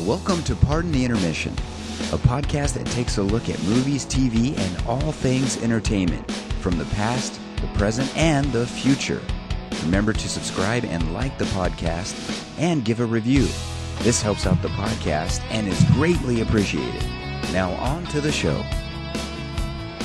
Welcome to Pardon the Intermission, a podcast that takes a look at movies, TV, and all things entertainment from the past, the present, and the future. Remember to subscribe and like the podcast and give a review. This helps out the podcast and is greatly appreciated. Now, on to the show.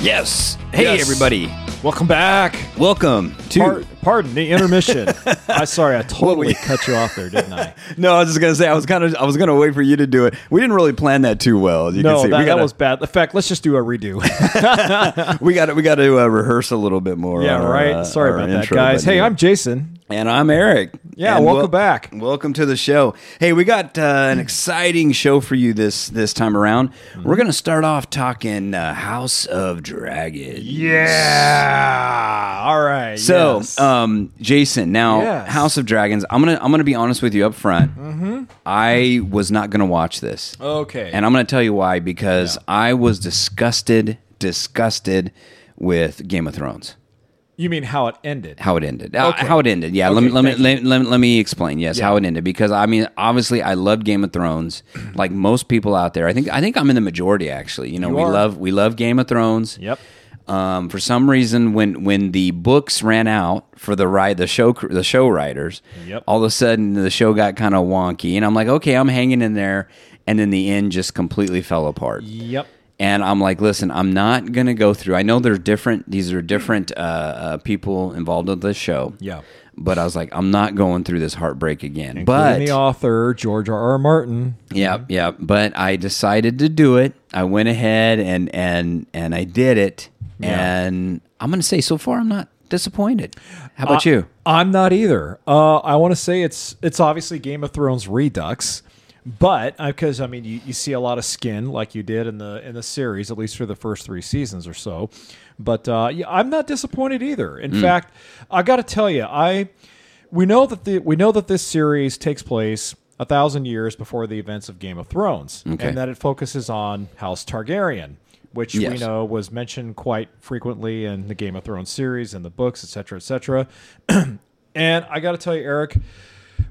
Yes. Hey, Yes. everybody. Welcome back. Welcome to. Par- pardon the intermission. I sorry, I totally cut you off there, didn't I? no, I was just gonna say I was kind of I was gonna wait for you to do it. We didn't really plan that too well. as You No, can see. that, we that gotta- was bad. In fact, let's just do a redo. we got to we got to uh, rehearse a little bit more. yeah, on our, right. uh, sorry our about intro, that, guys. but Hey, anyway. I'm Jason. and I'm Eric. Yeah, And welcome back. Welcome to the show. Hey, we got uh, an exciting show for you this this time around. We're gonna start off talking uh, House of Dragon. Yeah. All right. So, yes. um, Jason, now Yes. Mm-hmm. House of Dragons. I'm gonna I'm gonna be honest with you up front. I was not gonna watch this. okay. And I'm going to tell you why because I was disgusted, disgusted with Game of Thrones, you mean how it ended? how it ended. Uh, Okay. How it ended. Yeah, let me Okay, let me, thank you. let, let, let me explain. Yes, Yeah. how it ended because I mean, obviously I love Game of Thrones like most people out there. I think I think I'm in the majority actually. You know, You we are. love we love Game of Thrones. Yep. Um, for some reason, when when the books ran out for the ride, the show cr- the show writers, Yep. all of a sudden the show got kind of wonky, and I'm like, okay, I'm hanging in there, and then the end just completely fell apart. Yep. And I'm like, listen, I'm not gonna go through. I know there's different. These are different uh, uh, people involved with this show. Yeah. But I was like, I'm not going through this heartbreak again. Including the But author George R. R. Martin. yeah, yeah. But I decided to do it. I went ahead and and and I did it. Yeah. And I'm gonna say, so far, I'm not disappointed. How about Uh, you? I'm not either. Uh, I want to say it's it's obviously Game of Thrones Redux, but because I mean you, you see a lot of skin like you did in the in the series at least for the first three seasons or so. But uh, yeah, I'm not disappointed either. In Hmm. fact, I got to tell you, I we know that the we know that this series takes place a thousand years before the events of Game of Thrones, Okay. and that it focuses on House Targaryen, which we Yes. know know, was mentioned quite frequently in the Game of Thrones series and the books, et cetera, et cetera. and I got to tell you, Eric,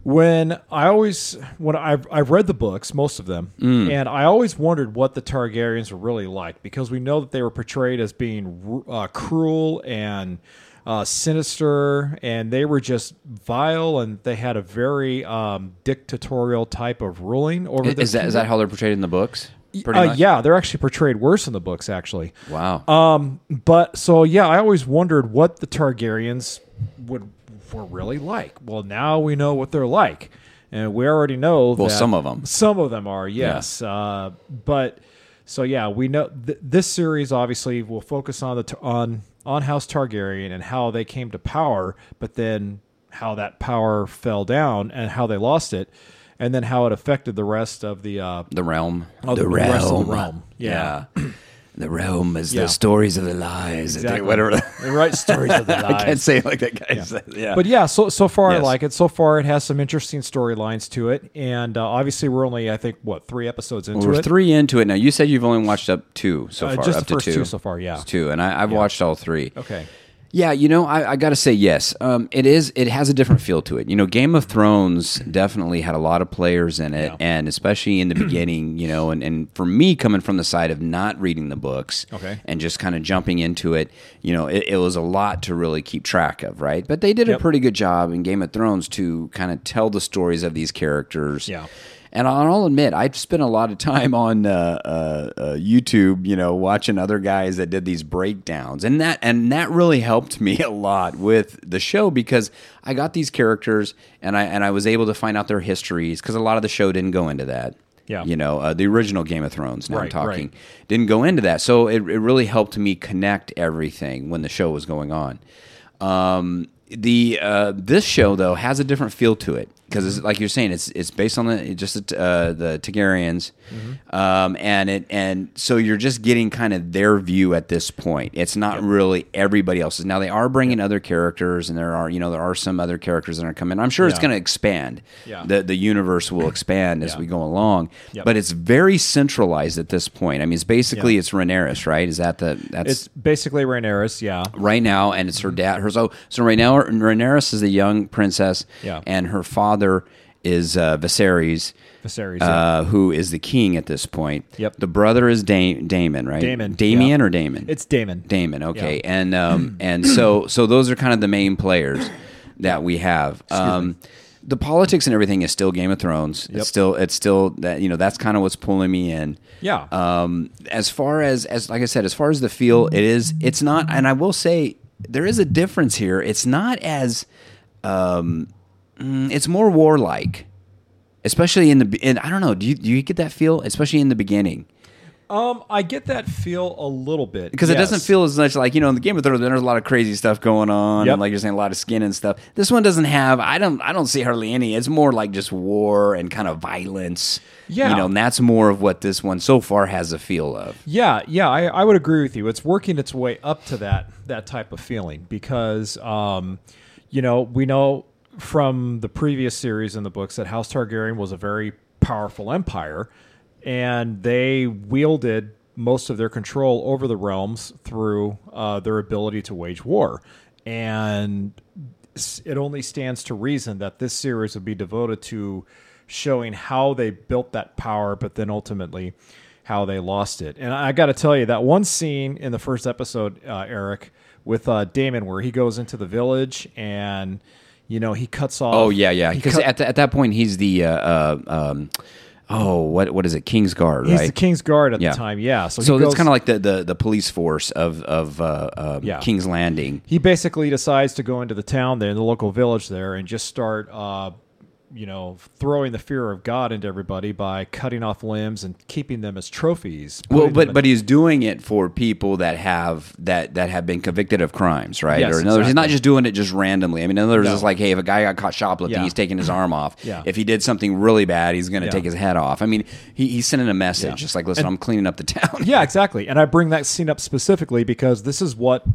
when I always when I've I've read the books, most of them, Mm. and I always wondered what the Targaryens were really like because we know that they were portrayed as being uh, cruel and. Uh, sinister, and they were just vile, and they had a very um, dictatorial type of ruling over. their Is that is that people. how they're portrayed in the books? Pretty Uh, much. yeah, they're actually portrayed worse in the books, actually. Wow. Um, but so yeah, I always wondered what the Targaryens would were really like. Well, now we know what they're like, and we already know. Well, that some of 'em. some of them are yes. Uh, but so yeah, we know th- this series obviously will focus on the t- on on House Targaryen and how they came to power, but then how that power fell down and how they lost it, and then how it affected the rest of the uh, the realm. Oh, the rest of the realm. Yeah. The realm is Yeah. the stories of the lies. that they- Exactly. Whatever. the right stories of the I can't lies. say it like that guy said. Yeah. But yeah, so so far I Yes. like it. So far it has some interesting storylines to it, and uh, obviously we're only I think what three episodes into we're it. three into it now. You said you've only watched up two so Uh, far. just up the first to two. two so far, yeah. It's two, and I, I've watched all three. Okay. Yeah, you know, I, I got to say yes. Um, it is. It has a different feel to it. You know, Game of Thrones definitely had a lot of players in it, Yeah. and especially in the beginning, you know, and, and for me coming from the side of not reading the books, Okay. and just kind of jumping into it, you know, it, it was a lot to really keep track of, right? But they did a Yep. pretty good job in Game of Thrones to kind of tell the stories of these characters. Yeah. And I'll I'll admit, I've spent a lot of time on uh, uh, uh, YouTube, you know, watching other guys that did these breakdowns, and that and that really helped me a lot with the show because I got these characters and I and I was able to find out their histories because a lot of the show didn't go into that. Yeah. you know, uh, the original Game of Thrones. Now I'm Right, right. talking didn't go into that, so it, it really helped me connect everything when the show was going on. Um, the uh, this show though has a different feel to it because, like you're saying, it's it's based on the just uh, the Targaryens, Mm-hmm. um, and it and so you're just getting kind of their view at this point. It's not really everybody else's. Now they are bringing other characters, and there are you know there are some other characters that are coming. I'm sure it's Yeah. going to expand. Yeah. the The universe will expand as Yeah. we go along, Yep. but it's very centralized at this point. I mean, it's basically Yeah. it's Rhaenyra's, right? Is that the that's It's basically Rhaenyra's, yeah. right now, and Mm-hmm. it's her dad. Her so so right now, Rhaenyra is a young princess, Yeah. and her father is uh, Viserys, Viserys, uh, who is the king at this point. Yep. The brother is da- Damon, right? Damon, Damien yeah. or Damon? It's Damon. Damon. Okay, and um, and so so those are kind of the main players that we have. Um, the politics and everything is still Game of Thrones. Yep. It's still it's still that you know that's kind of what's pulling me in. Yeah. Um, as far as as like I said, as far as the feel, it is it's not, and I will say there is a difference here. It's not as um, mm, it's more warlike. Especially in the, be- and I don't know. Do you, do you get that feel? Especially in the beginning, um, I get that feel a little bit because it Yes. doesn't feel as much like you know in the Game of Thrones. There's a lot of crazy stuff going on, Yep. and like you're saying, a lot of skin and stuff. This one doesn't have. I don't. I don't see hardly any. It's more like just war and kind of violence. Yeah. you know, and that's more of what this one so far has a feel of. Yeah, yeah, I, I would agree with you. It's working its way up to that that type of feeling because, um, you know, we know from the previous series in the books that House Targaryen was a very powerful empire, and they wielded most of their control over the realms through uh, their ability to wage war, and s- it only stands to reason that this series would be devoted to showing how they built that power, but then ultimately how they lost it. And I got to tell you, that one scene in the first episode, uh, Eric, with uh, Damon, where he goes into the village and you know he cuts off. Oh yeah, yeah. he Because cut- at, the- at that point he's the uh, uh, um, oh what what is it King's Guard he's right? the king's guard at Yeah. the time. Yeah, so, so he goes, it's kind of like the, the the police force of of uh, um, Yeah. King's Landing. he basically decides to go into the town there, the local village there, and just start, uh, you know, throwing the fear of God into everybody by cutting off limbs and keeping them as trophies. Well, putting them but in- but he's doing it for people that have that that have been convicted of crimes, right? Yes, or in other words, he's not exactly. just doing it just randomly. I mean, in other words, No. it's like, hey, if a guy got caught shoplifting, Yeah. he's taking his arm off. Yeah. If he did something really bad, he's going to Yeah. take his head off. I mean, he, he's sending a message, Yeah. just like, listen, I'm cleaning up the town. yeah, exactly. And I bring that scene up specifically because this is what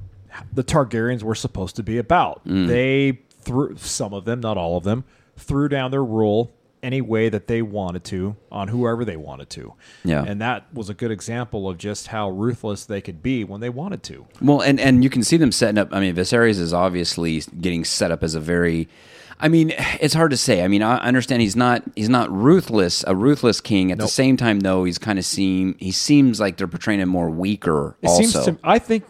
the Targaryens were supposed to be about. Mm. They threw some of them, not all of them, threw down their rule any way that they wanted to on whoever they wanted to. Yeah. And that was a good example of just how ruthless they could be when they wanted to. Well, and and you can see them setting up. I mean, Viserys is obviously getting set up as a very. I mean, it's hard to say. I mean, I understand he's not he's not ruthless, a ruthless king. At the Nope. same time, though, he's kind of seem he seems like they're portraying him more weaker. It also, seems to. I think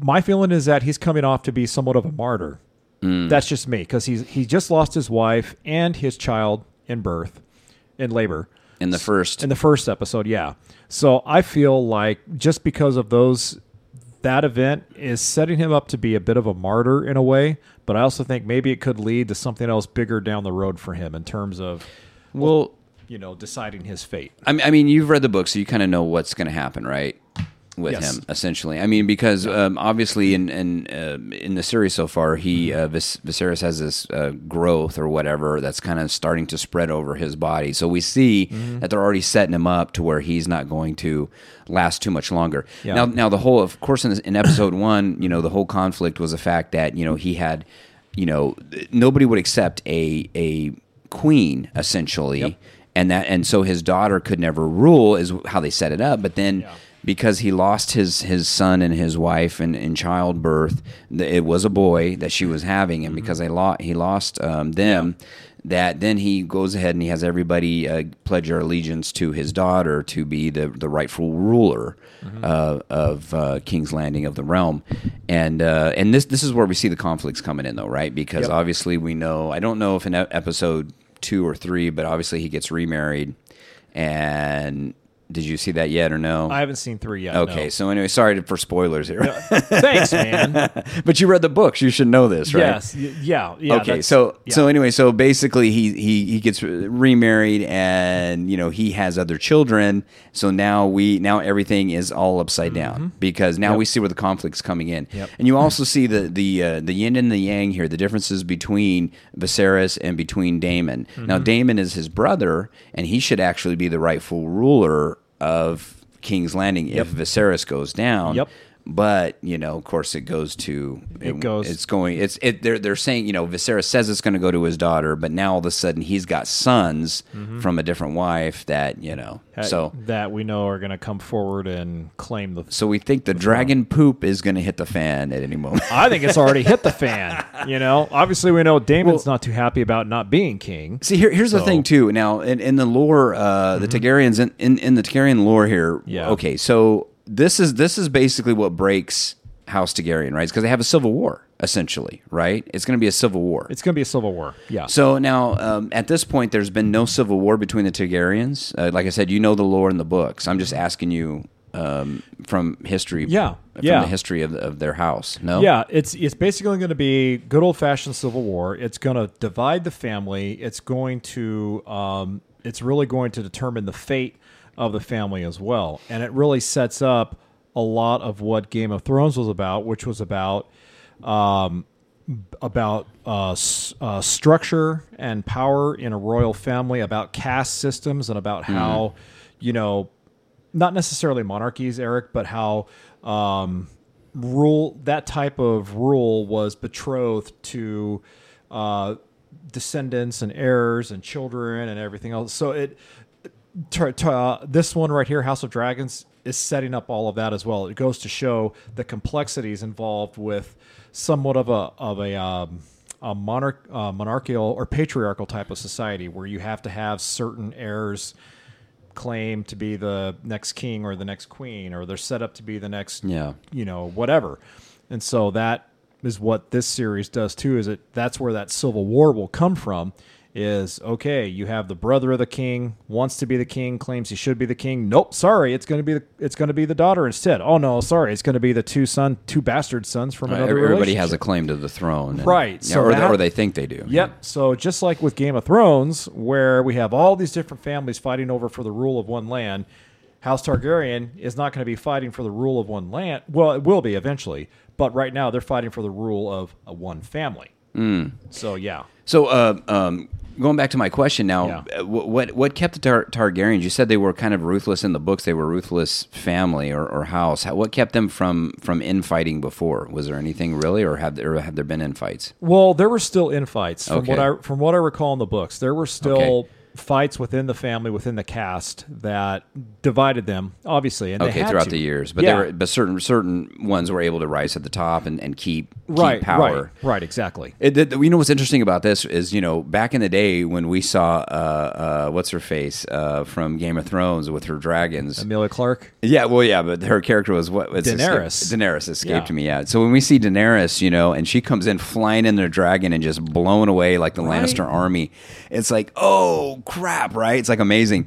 my feeling is that he's coming off to be somewhat of a martyr. Mm. That's just me because he's he just lost his wife and his child in birth, in labor. in the first, in the first episode yeah so i feel like just because of those that event is setting him up to be a bit of a martyr in a way but i also think maybe it could lead to something else bigger down the road for him in terms of well, you know deciding his fate I mean, I mean, you've read the book, so you kind of know what's going to happen, right? With Yes. him, essentially. I mean, because um, obviously, in in um in the series so far, Mm-hmm. he uh, Vis- Viserys has this uh, growth or whatever that's kind of starting to spread over his body. So we see Mm-hmm. that they're already setting him up to where he's not going to last too much longer. Yeah. Now, now the whole, of course, in, this, in episode one, you know, the whole conflict was the fact that you know he had, you know, th- nobody would accept a a queen essentially and that and so his daughter could never rule is how they set it up but then Yeah. because he lost his his son and his wife and in childbirth th- it was a boy that she was having and because they lost he lost um, them that then he goes ahead and he has everybody uh, pledge their allegiance to his daughter to be the the rightful ruler Mm-hmm. uh, of uh, King's Landing of the realm and uh, and this this is where we see the conflicts coming in though right because Yep. obviously we know I don't know if in e- episode two or three, but obviously he gets remarried. And did you see that yet or no? i haven't seen three yet no. okay, so anyway, sorry for spoilers here, thanks man but you read the books, you should know this, right? yes y- yeah yeah okay, that's- so yeah. so anyway, so basically he he he gets remarried, and you know he has other children. So now we now everything is all upside down because now we see where the conflict's coming in, Mm-hmm. Yep. and you also see the the uh, the yin and the yang here, the differences between Viserys and between Damon. Now Mm-hmm. Damon is his brother, and he should actually be the rightful ruler of King's Landing if Viserys goes down. Yep. But you know, of course, it goes to it, goes- It's going. It's it. They're they're saying you know, Viserys says it's going to go to his daughter, but now all of a sudden he's got sons from a different wife that you know. That- so Uh, that we know are going to come forward and claim the. so we think the dragon poop is going to hit the fan at any moment. I think it's already hit the fan. You know, obviously we know Damon's not too happy about not being king. See, here, here's the thing too. Now, in, in the lore, uh, the Targaryens in, in, in the Targaryen lore here. Yeah. Okay, so this is this is basically what breaks House Targaryen, right? Because they have a civil war essentially, right? It's going to be a civil war. It's going to be a civil war. Yeah. so now, um, at this point, there's been no civil war between the Targaryens. Uh, like I said, you know the lore in the books. I'm just asking you um, from history. Yeah, From yeah. the history of, of their house. No. Yeah, it's it's basically going to be good old fashioned civil war. It's going to divide the family. It's going to um, it's really going to determine the fate of the family as well, and it really sets up a lot of what Game of Thrones was about, which was about um, about uh, s- uh, structure and power in a royal family, about caste systems, and about how you know not necessarily monarchies, Eric, but how um, rule that type of rule was betrothed to uh, descendants and heirs and children and everything else. So it t- t- uh, this one right here, House of Dragons, is setting up all of that as well. It goes to show the complexities involved with somewhat of a of a um, a monarch uh, monarchical or patriarchal type of society where you have to have certain heirs claim to be the next king or the next queen or they're set up to be the next Yeah. you know whatever and so that is what this series does too is it that's where that civil war will come from is okay you have the brother of the king wants to be the king claims he should be the king nope sorry it's going to be the it's going to be the daughter instead oh no sorry it's going to be the two son two bastard sons from another Everybody has relationship. a claim to the throne, and- Right, Yeah, so or, that- or they think they do. Yep. So just like with Game of Thrones, where we have all these different families fighting over for the rule of one land, House Targaryen is not going to be fighting for the rule of one land. Well, it will be eventually, but right now they're fighting for the rule of a one family. Mm. So yeah, So, uh, um, going back to my question now, Yeah. uh, wh- what what kept the Tar- Targaryens? You said they were kind of ruthless in the books. They were ruthless family or, or house. How, what kept them from from infighting before? Was there anything really, or have there have there been infights? Well, there were still infights from what Okay. I from what I recall in the books. There were still Okay. fights within the family, within the cast that divided them, obviously. And they Okay, had throughout to. the years, but Yeah. there were but certain certain ones were able to rise at the top and, and keep, keep right, power. right, right, exactly. It, that- you know what's interesting about this is you know back in the day when we saw uh, uh, what's her face uh, from Game of Thrones with her dragons Amelia Clark. Yeah, well, yeah, but her character was what? It's Daenerys. escaped- Daenerys escaped Yeah. me. Yeah. So when we see Daenerys, you know, and she comes in flying in their dragon and just blown away like the Right. Lannister army, it's like, oh crap, right? It's like amazing.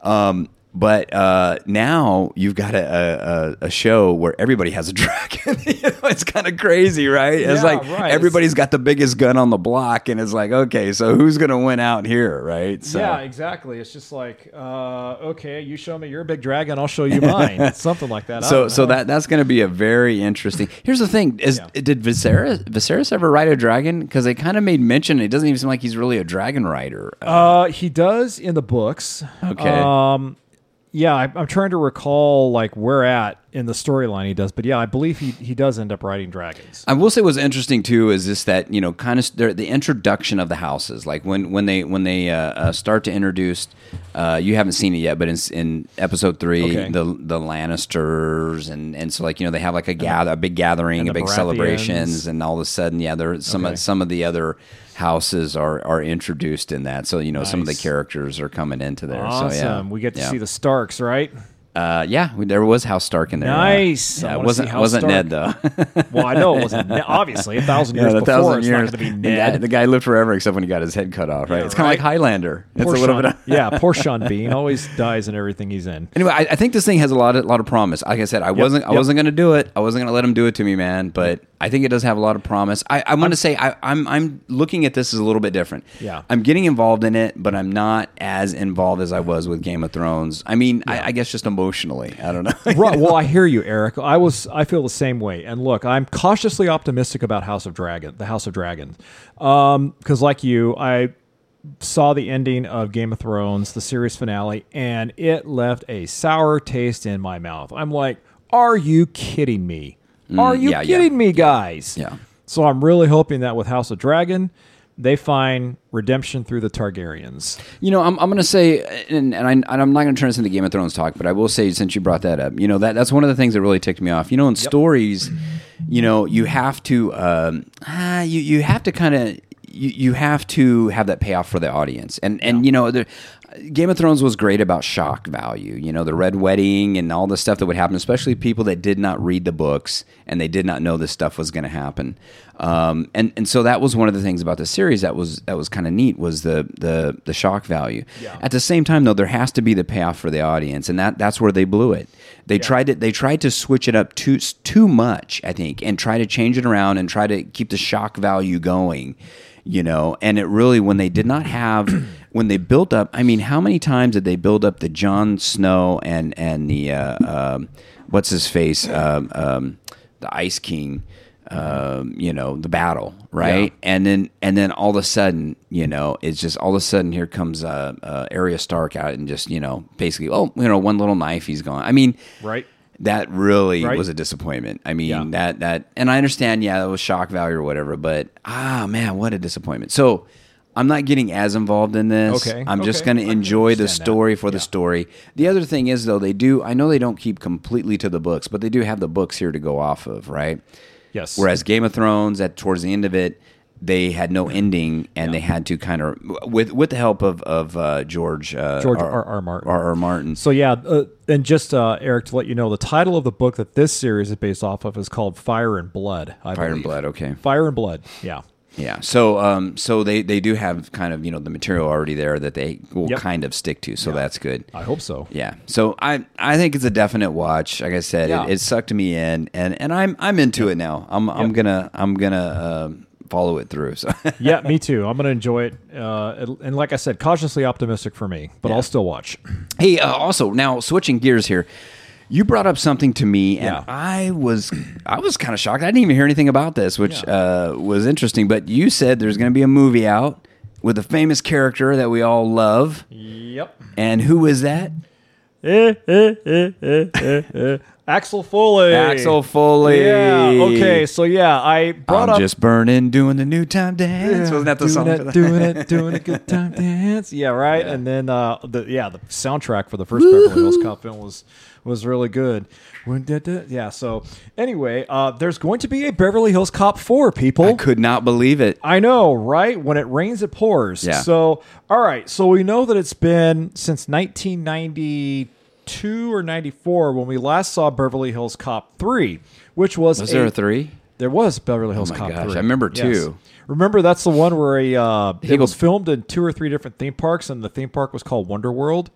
Um, but uh, now you've got a, a, a show where everybody has a dragon. you know, it's kind of crazy, right? It's Yeah, like right. everybody's got the biggest gun on the block, and it's like, okay, so who's gonna win out here, right? So Yeah, exactly. It's just like, uh, okay, you show me your big dragon, I'll show you mine. It's something like that. I So don't so know. that that's going to be a very interesting. Here's the thing: is Yeah. did Viserys Viserys ever ride a dragon? Because they kind of made mention. It doesn't even seem like he's really a dragon rider. Uh, uh, he does in the books. Okay. Um, yeah, I, I'm trying to recall like where at in the storyline he does, but yeah, I believe he he does end up riding dragons. I will say what's interesting too is this that you know kind of the the introduction of the houses like when when they when they uh, uh, start to introduce uh, you haven't seen it yet but in, in episode three Okay. the the Lannisters and and so like you know they have like a gather a big gathering and a the big Baratheons. celebrations and all of a sudden yeah there some Okay. of some of the other houses are are introduced in that so you know some of the Nice. characters are coming into there awesome. Uh, so yeah We get to yeah. see the Starks, right? uh, yeah we- there was House Stark in there yeah. Nice. I yeah, it wanna see wasn't House wasn't Stark. Ned though. Well, I know it wasn't Ne- obviously a thousand years the before. it's not going to be And Ned. that- the guy lived forever except when he got his head cut off, right? Yeah, it's kind of like right. Highlander. It's Poor a little Sean- bit. Of, yeah, poor Sean Bean always dies in everything he's in. anyway, I, I think this thing has a lot, of, lot of promise. Like I said, I wasn't, I yep. wasn't going to do it. I wasn't going to let him do it to me, man. But I think it does have a lot of promise. I, I'm going to say I, I'm, I'm looking at this as a little bit different. Yeah. I'm getting involved in it, but I'm not as involved as I was with Game of Thrones. I mean, I, I guess just emotionally. I don't know. right. Well, I hear you, Eric. I was I feel the same way. And look, I'm cautiously optimistic about House of Dragon, the House of Dragons, because like you, I saw the ending of Game of Thrones, the series finale, and it left a sour taste in my mouth. I'm like, are you kidding me? Are you Mm, yeah, yeah. kidding me, guys? Yeah. So I'm really hoping that with House of Dragon, they find redemption through the Targaryens. You know, I'm, I'm going to say, and, and, I, and I'm not going to turn this into Game of Thrones talk, but I will say, since you brought that up, you know, that that's one of the things that really ticked me off. You know, in stories, you know, you have to, um, ah, you, you have to kind of, you, you have to have that payoff for the audience. And, and you know, there, Game of Thrones was great about shock value, you know, the Red Wedding and all the stuff that would happen, especially people that did not read the books and they did not know this stuff was going to happen. Um, and, and so that was one of the things about the series that was that was kind of neat was the the the shock value. At the same time though, there has to be the payoff for the audience, and that that's where they blew it. They tried to they tried to switch it up too too much, I think, and try to change it around and try to keep the shock value going you know and it really when they did not have when they built up i mean how many times did they build up the Jon snow and and the uh, um, what's his face um, um, the ice king um, you know the battle right and then and then all of a sudden you know it's just all of a sudden here comes uh, uh Arya Stark out and just you know basically oh you know one little knife he's gone i mean Right. that really Right. was a disappointment. I mean, Yeah. that that and I understand, yeah, that was shock value or whatever, but ah man, what a disappointment. So I'm not getting as involved in this. Okay. I'm just Okay. going I to can enjoy the understand that. story for the story. The other thing is though, they do. I know they don't keep completely to the books, but they do have the books here to go off of, right? Yes. Whereas Game of Thrones, at towards the end of it, they had no ending, and they had to kind of with with the help of of uh, George uh, George R.R. Martin. R. R. Martin. So yeah, uh, and just uh, Eric to let you know, the title of the book that this series is based off of is called Fire and Blood. I Fire and believe. Blood. Okay. Fire and Blood. Yeah. Yeah. So um so they they do have kind of, you know, the material already there that they will Yep. kind of stick to. So that's good. I hope so. Yeah. So I I think it's a definite watch. Like I said, Yeah. it, it sucked me in and and I'm I'm into it now. I'm I'm going to I'm going to um follow it through. So yeah, me too. I'm gonna enjoy it. Uh, and like I said, cautiously optimistic for me, but I'll still watch. Hey, uh, also now switching gears here. You brought up something to me, and Yeah. I was I was kind of shocked. I didn't even hear anything about this, which uh, was interesting. But you said there's going to be a movie out with a famous character that we all love. Yep. And who is that? Axel Foley. Axel Foley. Yeah. Okay. So yeah, I brought I'm up just burning, doing the new time dance. Wasn't that the doing song? It, doing it, doing a good time dance. Yeah, right. And then uh, the yeah, the soundtrack for the 1st Beverly Hills Cop film was was really good. When did that- Yeah. So anyway, uh, there's going to be a Beverly Hills Cop four. I People, could not believe it. I know, right? When it rains, it pours. Yeah. So all right. So we know that it's been since 1992 or 94 when we last saw Beverly Hills Cop three, which was Was there a three? there was Beverly Hills Oh my Cop. gosh, 3. I remember two. Remember that's the one where a uh, it was goes- filmed in two or three different theme parks, and the theme park was called Wonder World.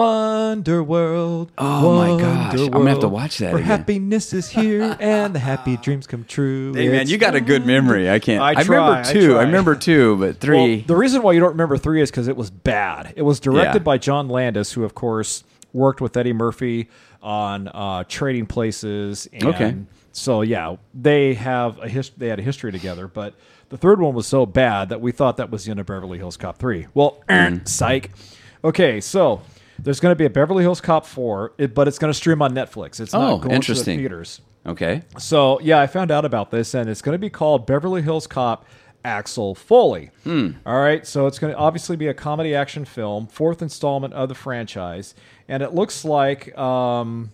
Wonder World. Oh my gosh, I'm gonna have to Wonderworld, watch that Where again. happiness is here and the happy dreams come true. Hey man, It's you got a good memory. I can't. I I, remember try, I two. I, try. remember two, but well, three. the reason why you don't remember three is because it was bad. It was directed Yeah. by John Landis, who of course worked with Eddie Murphy on uh, Trading Places. And Okay. So yeah, they have a his- they had a history together, but the third one was so bad that we thought that was the end of Beverly Hills Cop three. Well, Mm. psych. Okay, so there's going to be a Beverly Hills Cop four, it, but it's going to stream on Netflix. It's Oh, not going interesting. to the theaters. okay. So yeah, I found out about this, and it's going to be called Beverly Hills Cop. Axel Foley. All right, so it's going to obviously be a comedy action film, fourth installment of the franchise, and it looks like um,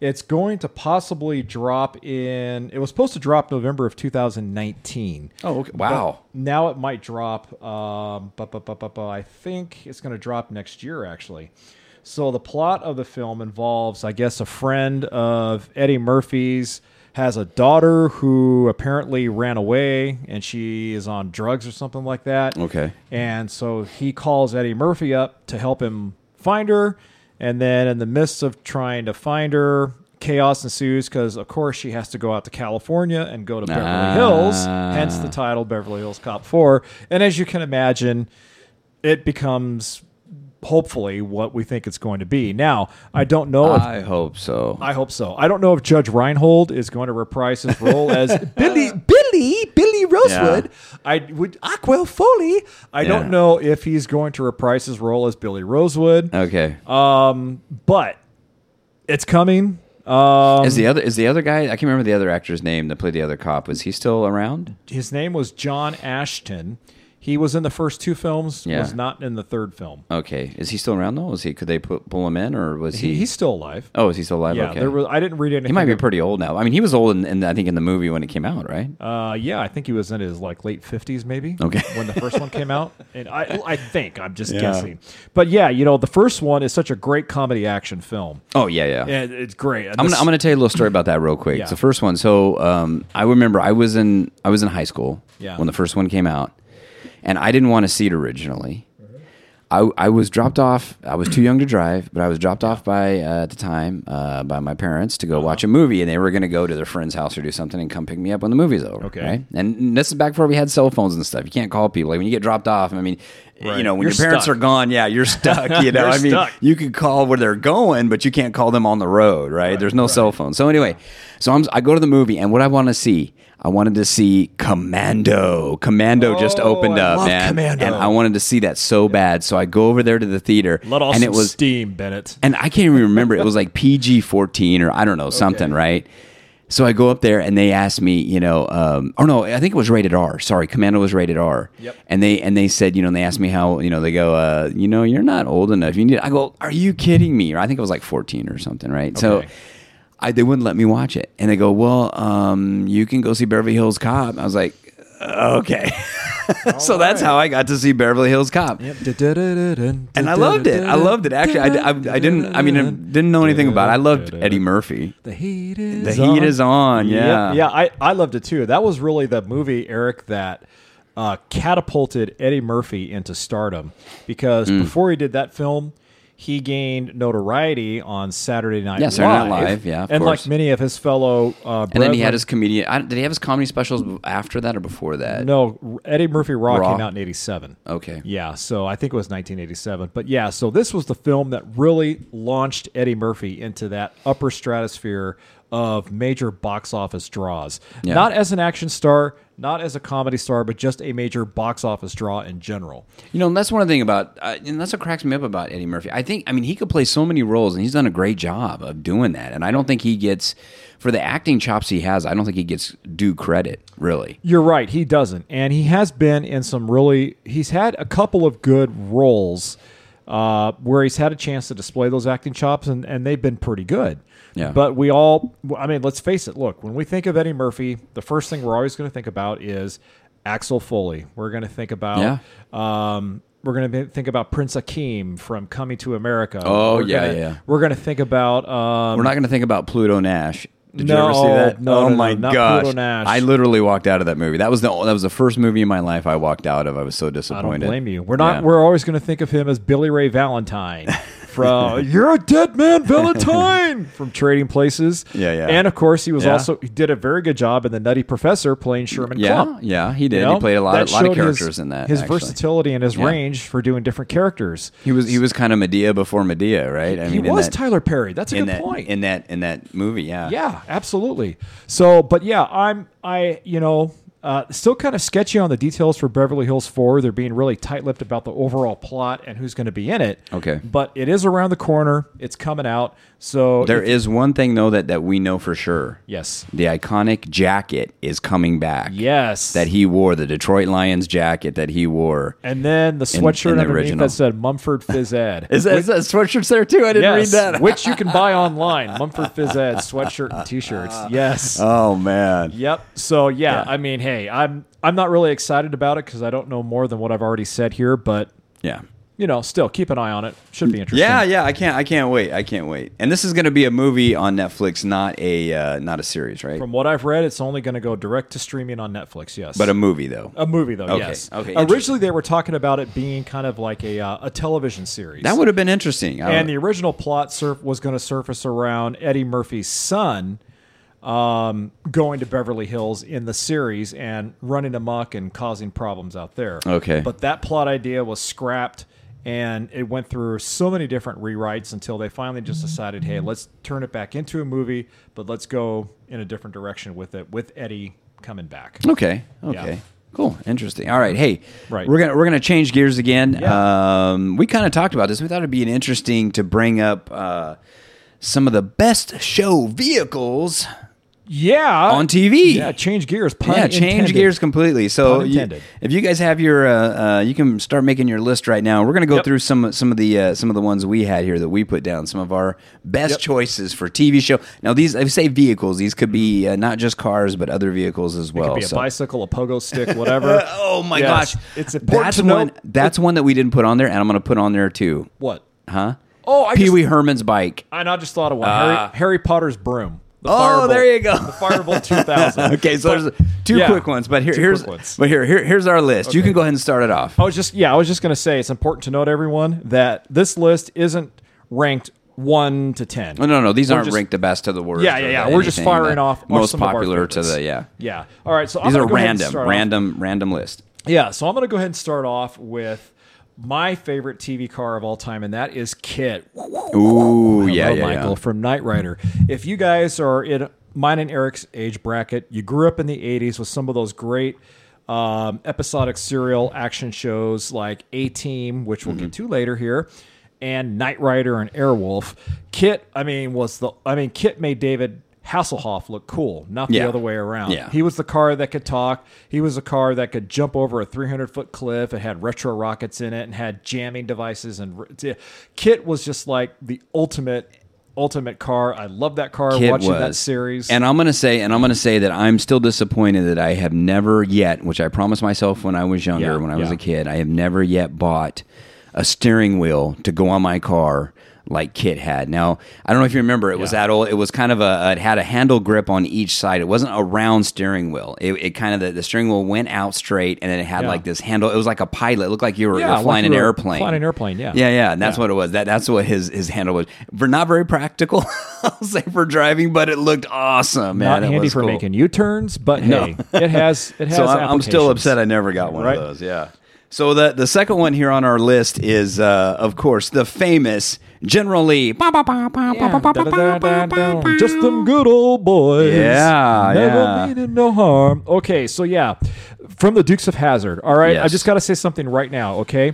it's going to possibly drop in. It was supposed to drop November of 2019. Oh okay. wow. Now it might drop. Um, bu- bu- bu- bu- bu- I think it's going to drop next year, actually. So the plot of the film involves, I guess, a friend of Eddie Murphy's has a daughter who apparently ran away, and she is on drugs or something like that. Okay. And so he calls Eddie Murphy up to help him find her. And then, in the midst of trying to find her, chaos ensues because, of course, she has to go out to California and go to Beverly Ah. Hills, hence the title Beverly Hills Cop 4. And as you can imagine, it becomes hopefully what we think it's going to be. Now, I don't know if I hope so. I hope so. I don't know if Judge Reinhold is going to reprise his role as Billy Billy Billy Rosewood. I would Aquel Foley. I Yeah. don't know if he's going to reprise Um, his role as Billy Rosewood. okay. Um, but it's coming. Um, Is the other is the other guy? I can't remember the other actor's name that played the other cop. Is he still around? his name was John Ashton. He was in the first two films. Yeah. Was not in the third film. Okay, is he still around though? Was he? Could they put, pull him in, or was he? He, he's still alive. oh, is he still alive? yeah. okay, There was. I didn't read anything. he might be pretty old now. I mean, he was old, in, in, I think, in the movie when it came out, right? Uh, yeah, I think he was in his like late fifties, maybe. Okay. when the first one came out, and I, I think I'm just guessing, but yeah, you know, the first one is such a great comedy action film. Oh yeah, yeah. And it's great. And I'm this- gonna, I'm gonna tell you a little story about that real quick. Yeah. The first one. So um, I remember I was in I was in high school Yeah. when the first one came out, and I didn't want to see it originally. I, I was dropped off. I was too young to drive, but I was dropped off by uh, at the time uh, by my parents to go Uh-huh. watch a movie, and they were going to go to their friend's house or do something and come pick me up when the movie's over. Okay. right? and this is back before we had cell phones and stuff. You can't call people like when you get dropped off. I mean, Right. you know, when You're your parents stuck. are gone, yeah, you're stuck. You know, You're I mean, stuck. you can call where they're going, but you can't call them on the road, right? There's no cell phone. So anyway, so I'm, I go to the movie, and what I want to see, I wanted to see Commando. Commando just Oh, opened I up, love man, Commando. and I wanted to see that so bad. So I go over there to the theater, let off and some it was, steam, Bennett. and I can't even remember. It was like PG fourteen or I don't know something, right? So I go up there and they asked me, you know, um, or no, I think it was rated R. Sorry, Commando was rated R. Yep. And they and they said, you know, and they asked me how, you know, they go, uh, you know, you're not old enough. You need. I go, are you kidding me? Or I think it was like 14 or something, right? So. Okay. I, they wouldn't let me watch it, and they go, "Well, um, you can go see Beverly Hills Cop." I was like, "Okay." so that's how I got to see Beverly Hills Cop and I loved it. I loved it. Actually, I, I, I didn't. I mean, I didn't know anything about. it. I loved Eddie Murphy. The heat is The heat is on. Yeah, yeah. I, I loved it too. That was really the movie, Eric, that uh, catapulted Eddie Murphy into stardom because Mm. before he did that film, he gained notoriety on Saturday Night Yeah, Live. Saturday Night Live, yeah, of and course. like many of his fellow, uh, And then he had his uh, comedian. I, did he have his comedy specials after that or before that? no Eddie Murphy Raw, Raw. came out in '87. Okay. Yeah, so I think it was 1987. But yeah, so this was the film that really launched Eddie Murphy into that upper stratosphere of major box office draws. Yeah. Not as an action star, not as a comedy star, but just a major box office draw in general. You know, and that's one thing about, uh, and that's what cracks me up about Eddie Murphy. I think, I mean, he could play so many roles, and he's done a great job of doing that. And I don't think he gets, for the acting chops he has, I don't think he gets due credit really. You're right, he doesn't. And he has been in some really, he's had a couple of good roles uh, where he's had a chance to display those acting chops, and, and they've been pretty good. Yeah. But we all, I mean, let's face it. Look, when we think of Eddie Murphy, the first thing we're always going to think about is Axel Foley. We're going to think about. Yeah. Um, we're going to think about Prince Akeem from Coming to America. Oh, We're yeah, gonna- yeah. We're going to think about. Um, We're not going to think about Pluto Nash. Did you ever see No, that? no, oh no, no, my not gosh! Pluto Nash. I literally walked out of that movie. That was the that was the first movie in my life I walked out of. I was so I disappointed. don't blame you. We're not. Yeah. We're always going to think of him as Billy Ray Valentine from "You're a Dead Man Valentine" from Trading Places. Yeah, yeah. And of course, he was Yeah. also he did a very good job in The Nutty Professor playing Sherman Yeah, Klump. yeah, he did. You know, he played a lot, that a lot of showed his- characters in that. His actually. versatility and his Yeah. range for doing different characters. He was he was kind of Medea before Medea, right? I He in was that, Tyler Perry. That's a in good that point. in that in that movie. Yeah, yeah, absolutely. So, but yeah, I'm I you know. Uh, still kind of sketchy on the details for Beverly Hills 4. They're being really tight-lipped about the overall plot and who's going to be in it. Okay. But it is around the corner. It's coming out. So There is one thing though that that we know for sure. yes, The iconic jacket is coming back. yes. That he wore the Detroit Lions jacket that he wore. and then the sweatshirt in the underneath original. that said Mumford Phys Ed. Is that, is that sweatshirts there too? I didn't yes, read that. which you can buy online. Mumford Phys Ed sweatshirt and T-shirts. Yes. Oh man. Yep. So Yeah. yeah, I mean, hey, I'm I'm not really excited about it because I don't know more than what I've already said here, but Yeah. you know, still keep an eye on it. Should be interesting. Yeah, yeah, I can't, I can't wait, I can't wait. And this is going to be a movie on Netflix, not a, uh, not a series, right? From what I've read, it's only going to go direct to streaming on Netflix. Yes. but a movie though. a movie though. Okay, Yes. okay, Originally, interesting. they were talking about it being kind of like a uh, a television series. That would have been interesting. I and don't- the original plot surf was going to surface around Eddie Murphy's son um, going to Beverly Hills in the series and running amok and causing problems out there. Okay. But that plot idea was scrapped and it went through so many different rewrites until they finally just decided, hey, let's turn it back into a movie, but let's go in a different direction with it, with Eddie coming back. Okay. Okay. Yeah. Cool. Interesting. All right. Hey, Right. We're gonna we're gonna change gears again. Yeah. Um, we kind of talked about this. We thought it'd be an interesting to bring up. Uh, some of the best show vehicles Yeah. on TV. Yeah, change gears. Pun Yeah, change intended. gears completely. So Pun you- intended. if you guys have your, uh, uh, you can start making your list right now. We're gonna go Yep. through some some of the uh, some of the ones we had here that we put down. Some of our best choices for TV show. Now these, I say vehicles. These could be Mm-hmm. uh, not just cars, but other vehicles as well. Could be a So- bicycle, a pogo stick, whatever. Oh my Yes, gosh, It's important that's to know one. That's one that we didn't put on there, and I'm gonna put on there too. what. Huh? Oh, I Pee just- Wee Herman's bike. And I just thought of one. Ah. Harry, Harry Potter's broom. The Oh, Firebolt. there you go. The Firebolt 2000. Okay, so But- there's two yeah, quick ones, but here, two here's quick ones. but here, here here's our list. You can go ahead and start it off. I was just yeah, I was just gonna say it's important to note everyone that this list isn't ranked one to ten. Oh, No, no, no. These We're aren't just- ranked the best to the worst. Yeah, or yeah, the yeah. We're just anything, firing the off off most some of our popular to favorites. the yeah. Yeah. All right. So These I'm are gonna go ahead and random, start off- random, random list. Yeah. So I'm gonna go ahead and start off with my favorite TV car of all time, and that is Kit. Ooh, yeah, Hello, yeah, Michael from Knight Rider. If you guys are in mine and Eric's age bracket, you grew up in the '80s with some of those great um, episodic serial action shows like A Team, which we'll get Mm-hmm. to later here, and Knight Rider and Airwolf. Kit, I mean, was the I mean, Kit made David Hasselhoff look cool, not the Yeah. other way around. Yeah. He was the car that could talk. He was a car that could jump over a 300 foot cliff. It had retro rockets in it and had jamming devices. And re- Kit was just like the ultimate, ultimate car. I love that car. Kid watching was. that series. And I'm gonna say, and I'm gonna say that I'm still disappointed that I have never yet, which I promised myself when I was younger, Yeah, when I was yeah. a kid, I have never yet bought a steering wheel to go on my car like Kit had. Now I don't know if you remember, it was Yeah. that old. It was kind of a. It had a handle grip on each side. It wasn't a round steering wheel. It, it kind of the, the steering wheel went out straight, and then it had Yeah. like this handle. It was like a pilot. It looked like you were, you Yeah, were like flying you an were airplane. flying an airplane, yeah. Yeah, yeah. And that's what it was. That that's what his his handle was. For not very practical, I'll say for driving, but it looked awesome. man. not It handy was for cool. making U turns, but No. hey, it has it has. So I'm, I'm still applications. upset I never got one Right? of those. Yeah. So the the second one here on our list is, uh, of course, the famous General Lee. Ba, ba, ba, ba, ba, ba, ba, ba, ba, ba, ba, ba. Just them good old boys. Yeah, Never yeah. meaning no harm. Okay, so yeah, from the Dukes of Hazard. All right, I Yes. just got to say something right now. Okay.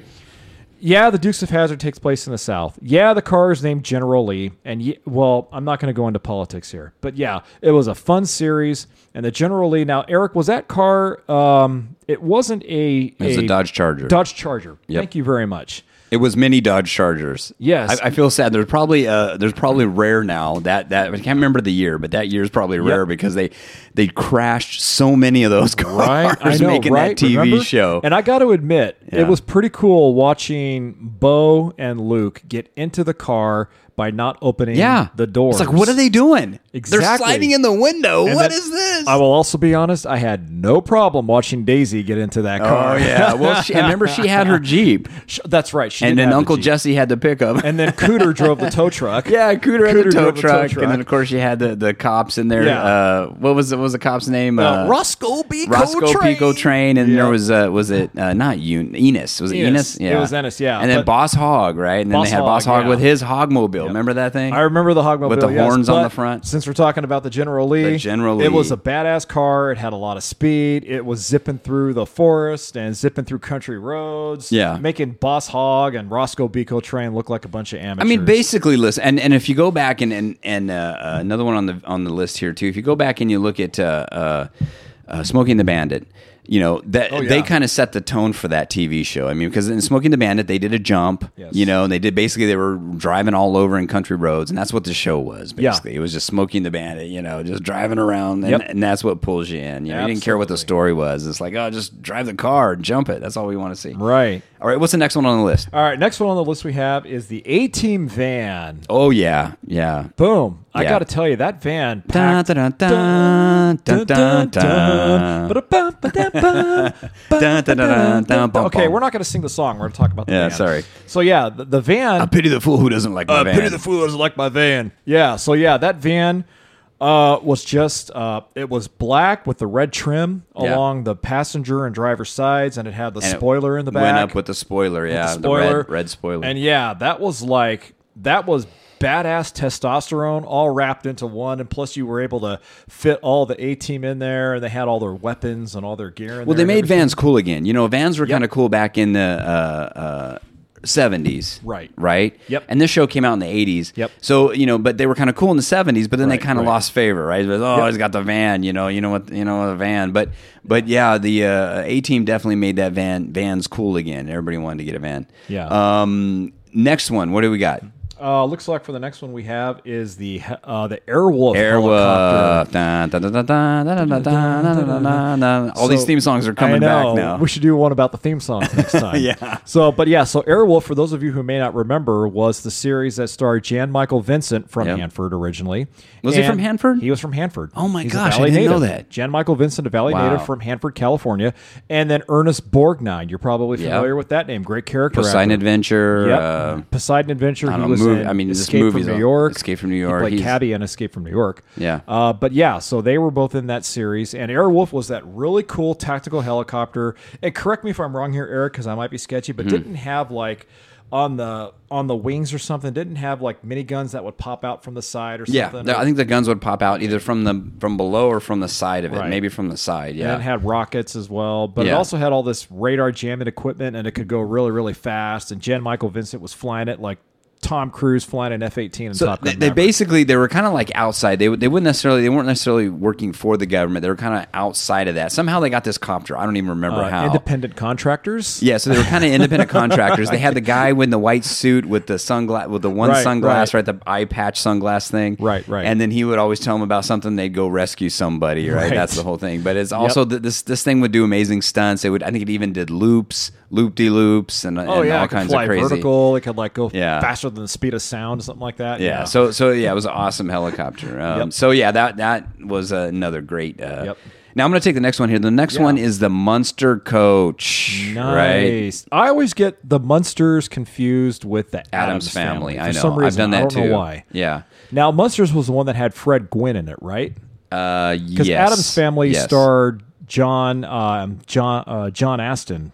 Yeah, the Dukes of Hazard takes place in the South. Yeah, the car is named General Lee, and ye- well, I'm not going to go into politics here, but yeah, it was a fun series. And the General Lee. Now, Eric, was that car? Um, it wasn't a. It was a Dodge Charger. Dodge Charger. Yep. Thank you very much. It was many Dodge Chargers. Yes. I, I feel sad. There's probably uh, there's probably rare now that that I can't remember the year, but that year is probably rare because they they crashed so many of those cars right? I know, making right? that TV Remember? show. And I got to admit, Yeah. it was pretty cool watching Bo and Luke get into the car by not opening yeah, the door. It's like what are they doing? They're Exactly. sliding in the window. What is this? I will also be honest. I had no problem watching Daisy get into that oh car. yeah. Well, she, I remember she had her Jeep, Sh- that's right. She and did then have the Uncle Jeep. Jesse had the pickup. and then Cooter drove the tow truck. yeah, Cooter, had the Cooter tow drove the tow truck, and truck. then of course you had the, the cops in there. Yeah. Uh, what was the, what was the cop's name? Uh, Roscoe B. Roscoe Coltrane. Pico train, and there Yeah. was uh, was it uh, not Un- Enos? Was it Enos. Enos? It was Enos, yeah, And then but- Boss Hog, right? And then Boss they had Hog, Boss Hog yeah. with his Hogmobile. Remember that thing? I remember the Hogmobile With the yes, horns on the but front. Since we're talking about the General Lee, The General it was Lee. a badass car. It had a lot of speed. It was zipping through the forest and zipping through country roads. Yeah. making Boss Hog and Roscoe Bico Train look like a bunch of I amateurs. mean, basically, listen, and, and if you go back and and, and uh, uh, another one on the on the list here too. If you go back and you look at uh, uh, uh, Smoking the Bandit, you know that Oh, yeah. they kind of set the tone for that TV show. I mean, because in Smoking the Bandit, they did a jump, Yes. you know, and they did basically they were driving all over in country roads, and that's what the show was. Yeah. Basically, it was just Smoking the Bandit, you know, just driving around, and, Yep. and that's what pulls you in. You, know, you didn't care what the story was. It's like, oh, just drive the car, jump it. That's all we want to see. right. All right, what's the next one on the list? All right, next one on the list we have is the A Team van. Oh yeah, yeah. Boom! I Yeah. got to tell you, that van. Dun, packed- dun, dun, dun, dun, dun. Ba-da-bum, ba-da-bum, dun, dun, dun, Okay, bum. we're not going to sing the song. We're going to talk about the Yeah, van. sorry. So yeah, the, the van. I pity the fool who doesn't like my Uh, van. Pity the fool who doesn't like my van. Yeah. So yeah, that van uh, was just uh, it was black with the red trim Yeah. along the passenger and driver sides, and it had the And it spoiler in the back. Went up with the spoiler, yeah, the the, spoiler, red, red spoiler. And yeah, that was like that was badass testosterone all wrapped into one, and plus you were able to fit all the A team in there, and they had all their weapons and all their gear. In well, there they and made everything. vans cool again. You know, vans were kind of cool back in the uh, uh, 70s. Right. Right? Yep. And this show came out in the 80s. Yep. So, you know, but they were kind of cool in the 70s, but then Right, they kind of right. lost favor, right? It was, oh, he's got the van, you know, you know what, you know, the van. But, but yeah, the uh, A team definitely made that van, vans cool again. Everybody wanted to get a van. Yeah. Um, next one, what do we got? Uh, looks like for the next one we have is the uh, the Airwolf. helicopter. Airwolf. Dun, dun, dun, dun, dun, dun, dun, dun, dun, dun, dun, dun, dun. All these So- theme songs are I coming back know. now. We should do one about the theme songs next time. Yeah. So, but yeah, so Airwolf, for those of you who may not remember, was the series that starred Jan Michael Vincent from Yep. Hanford originally. Was he from And Hanford? He was from Hanford. Oh my He's a gosh, I Valley didn't know native. that. Jan Michael Vincent, a Valley Wow. native from Hanford, California, and then Ernest Borgnine. You're probably Yep. familiar with that name. Great character. Poseidon actor. Adventure. Yep. Uh, Poseidon Adventure. I he don't know, was movie- in I mean, this Escape movie's from a- New York. Escape from New He York. played He's- Cabby in Escape from New York. Yeah. Uh, but yeah, so they were both in that series, and Airwolf was that really cool tactical helicopter. And correct me if I'm wrong here, Eric, because I might be sketchy, Mm-hmm. but didn't have like on the on the wings or something. Didn't have like miniguns that would pop out from the side or yeah, something. the- I think the guns would pop out either from the from below or from the side of it. Right. Maybe from the side. and Yeah. it had rockets as well. But it Yeah. also had all this radar jamming equipment, and it could go really, really fast. And Jan Michael Vincent was flying it like Tom Cruise flying an F eighteen and so Top they, Gun. they Maverick. basically they were kind of like outside. They would- they wouldn't necessarily they weren't necessarily working for the government. They were kind of outside of that. Somehow they got this copter. I don't even remember Uh, how. independent contractors. yeah, so they were kind of independent contractors. They had the guy with the white suit with the sunglass, with the one Right, sunglass, right. right. the eye patch sunglass thing, Right, right. And then he would always tell them about something. They'd go rescue somebody, right? Right. That's the whole thing. But it's also th- this this thing would do amazing stunts. It would, I think, it even did loops, loop de loops, and, Oh and yeah, all it could kinds fly of crazy. vertical. It could like go Yeah. faster than the speed of sound, something like that. Yeah. So so yeah, it was an awesome helicopter. Um, Yep. So yeah, that that was another great. Uh, Yep. Now I'm going to take the next one here. The next Yeah. one is the Munster coach. Right. nice. I always get the Munsters confused with the Adam's, Adams family. For I know. some reason, I've done that I don't too. know why. Yeah. Now Munsters was the one that had Fred Gwynn in it, right? Uh, Because yes. Adam's family Yes. starred John um, John uh, John Aston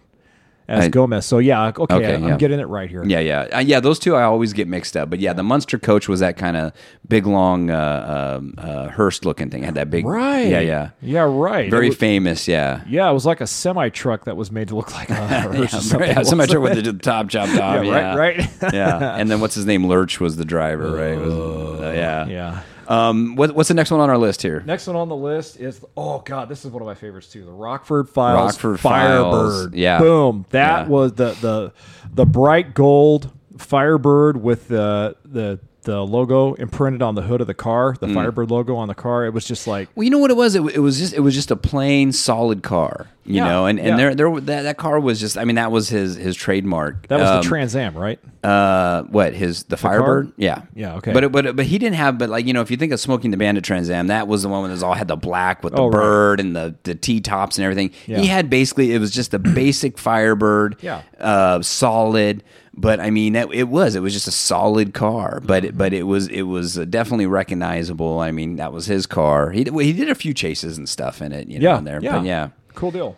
as I- Gomez. So yeah, okay, Okay, I'm yeah. getting it right here. Yeah, yeah, uh, yeah. Those two I always get mixed up, but yeah, the Munster coach was that kind of big, long uh, um, uh, Hearst-looking thing. Had that big, Right. Yeah, yeah. Yeah, right. Very It was- famous. Yeah, yeah, it was like a semi truck that was made to look like a hearse or something. yeah somebody wasn't sure with it? the top chopped off. Yeah, Um, yeah, right, right. yeah, and then what's his name? Lurch was the driver, right? It was- uh, yeah, Oh, yeah. Um, what, what's the next one on our list here? Next one on the list is oh god, this is one of my favorites too. The Rockford Files, Rockford Files, Firebird. yeah. boom. That Yeah. was the the the bright gold Firebird with the the the logo imprinted on the hood of the car. Mm. The Firebird logo on the car. It was just like Well, you know what it was? It, wa- it was just it was just a plain solid car, you Yeah, know. And and yeah. there there wa- that, that car was just I mean that was his his trademark. that was Um, the Trans Am, right? uh what his the Firebird? Yeah. Yeah, okay. But it- but it- but he didn't have but like you know if you think of Smoking the Bandit Trans Am, that was the one that was all had the black with the Oh, right. bird and the the T tops and everything. Yeah. He had basically it was just a basic Firebird. Yeah. Uh solid, but I mean that it was it was just a solid car, but Mm-hmm. it, but it was it was uh, definitely recognizable. I mean, that was his car. He did- well, he did a few chases and stuff in it, you know, Yeah, in there. yeah, But yeah. cool deal.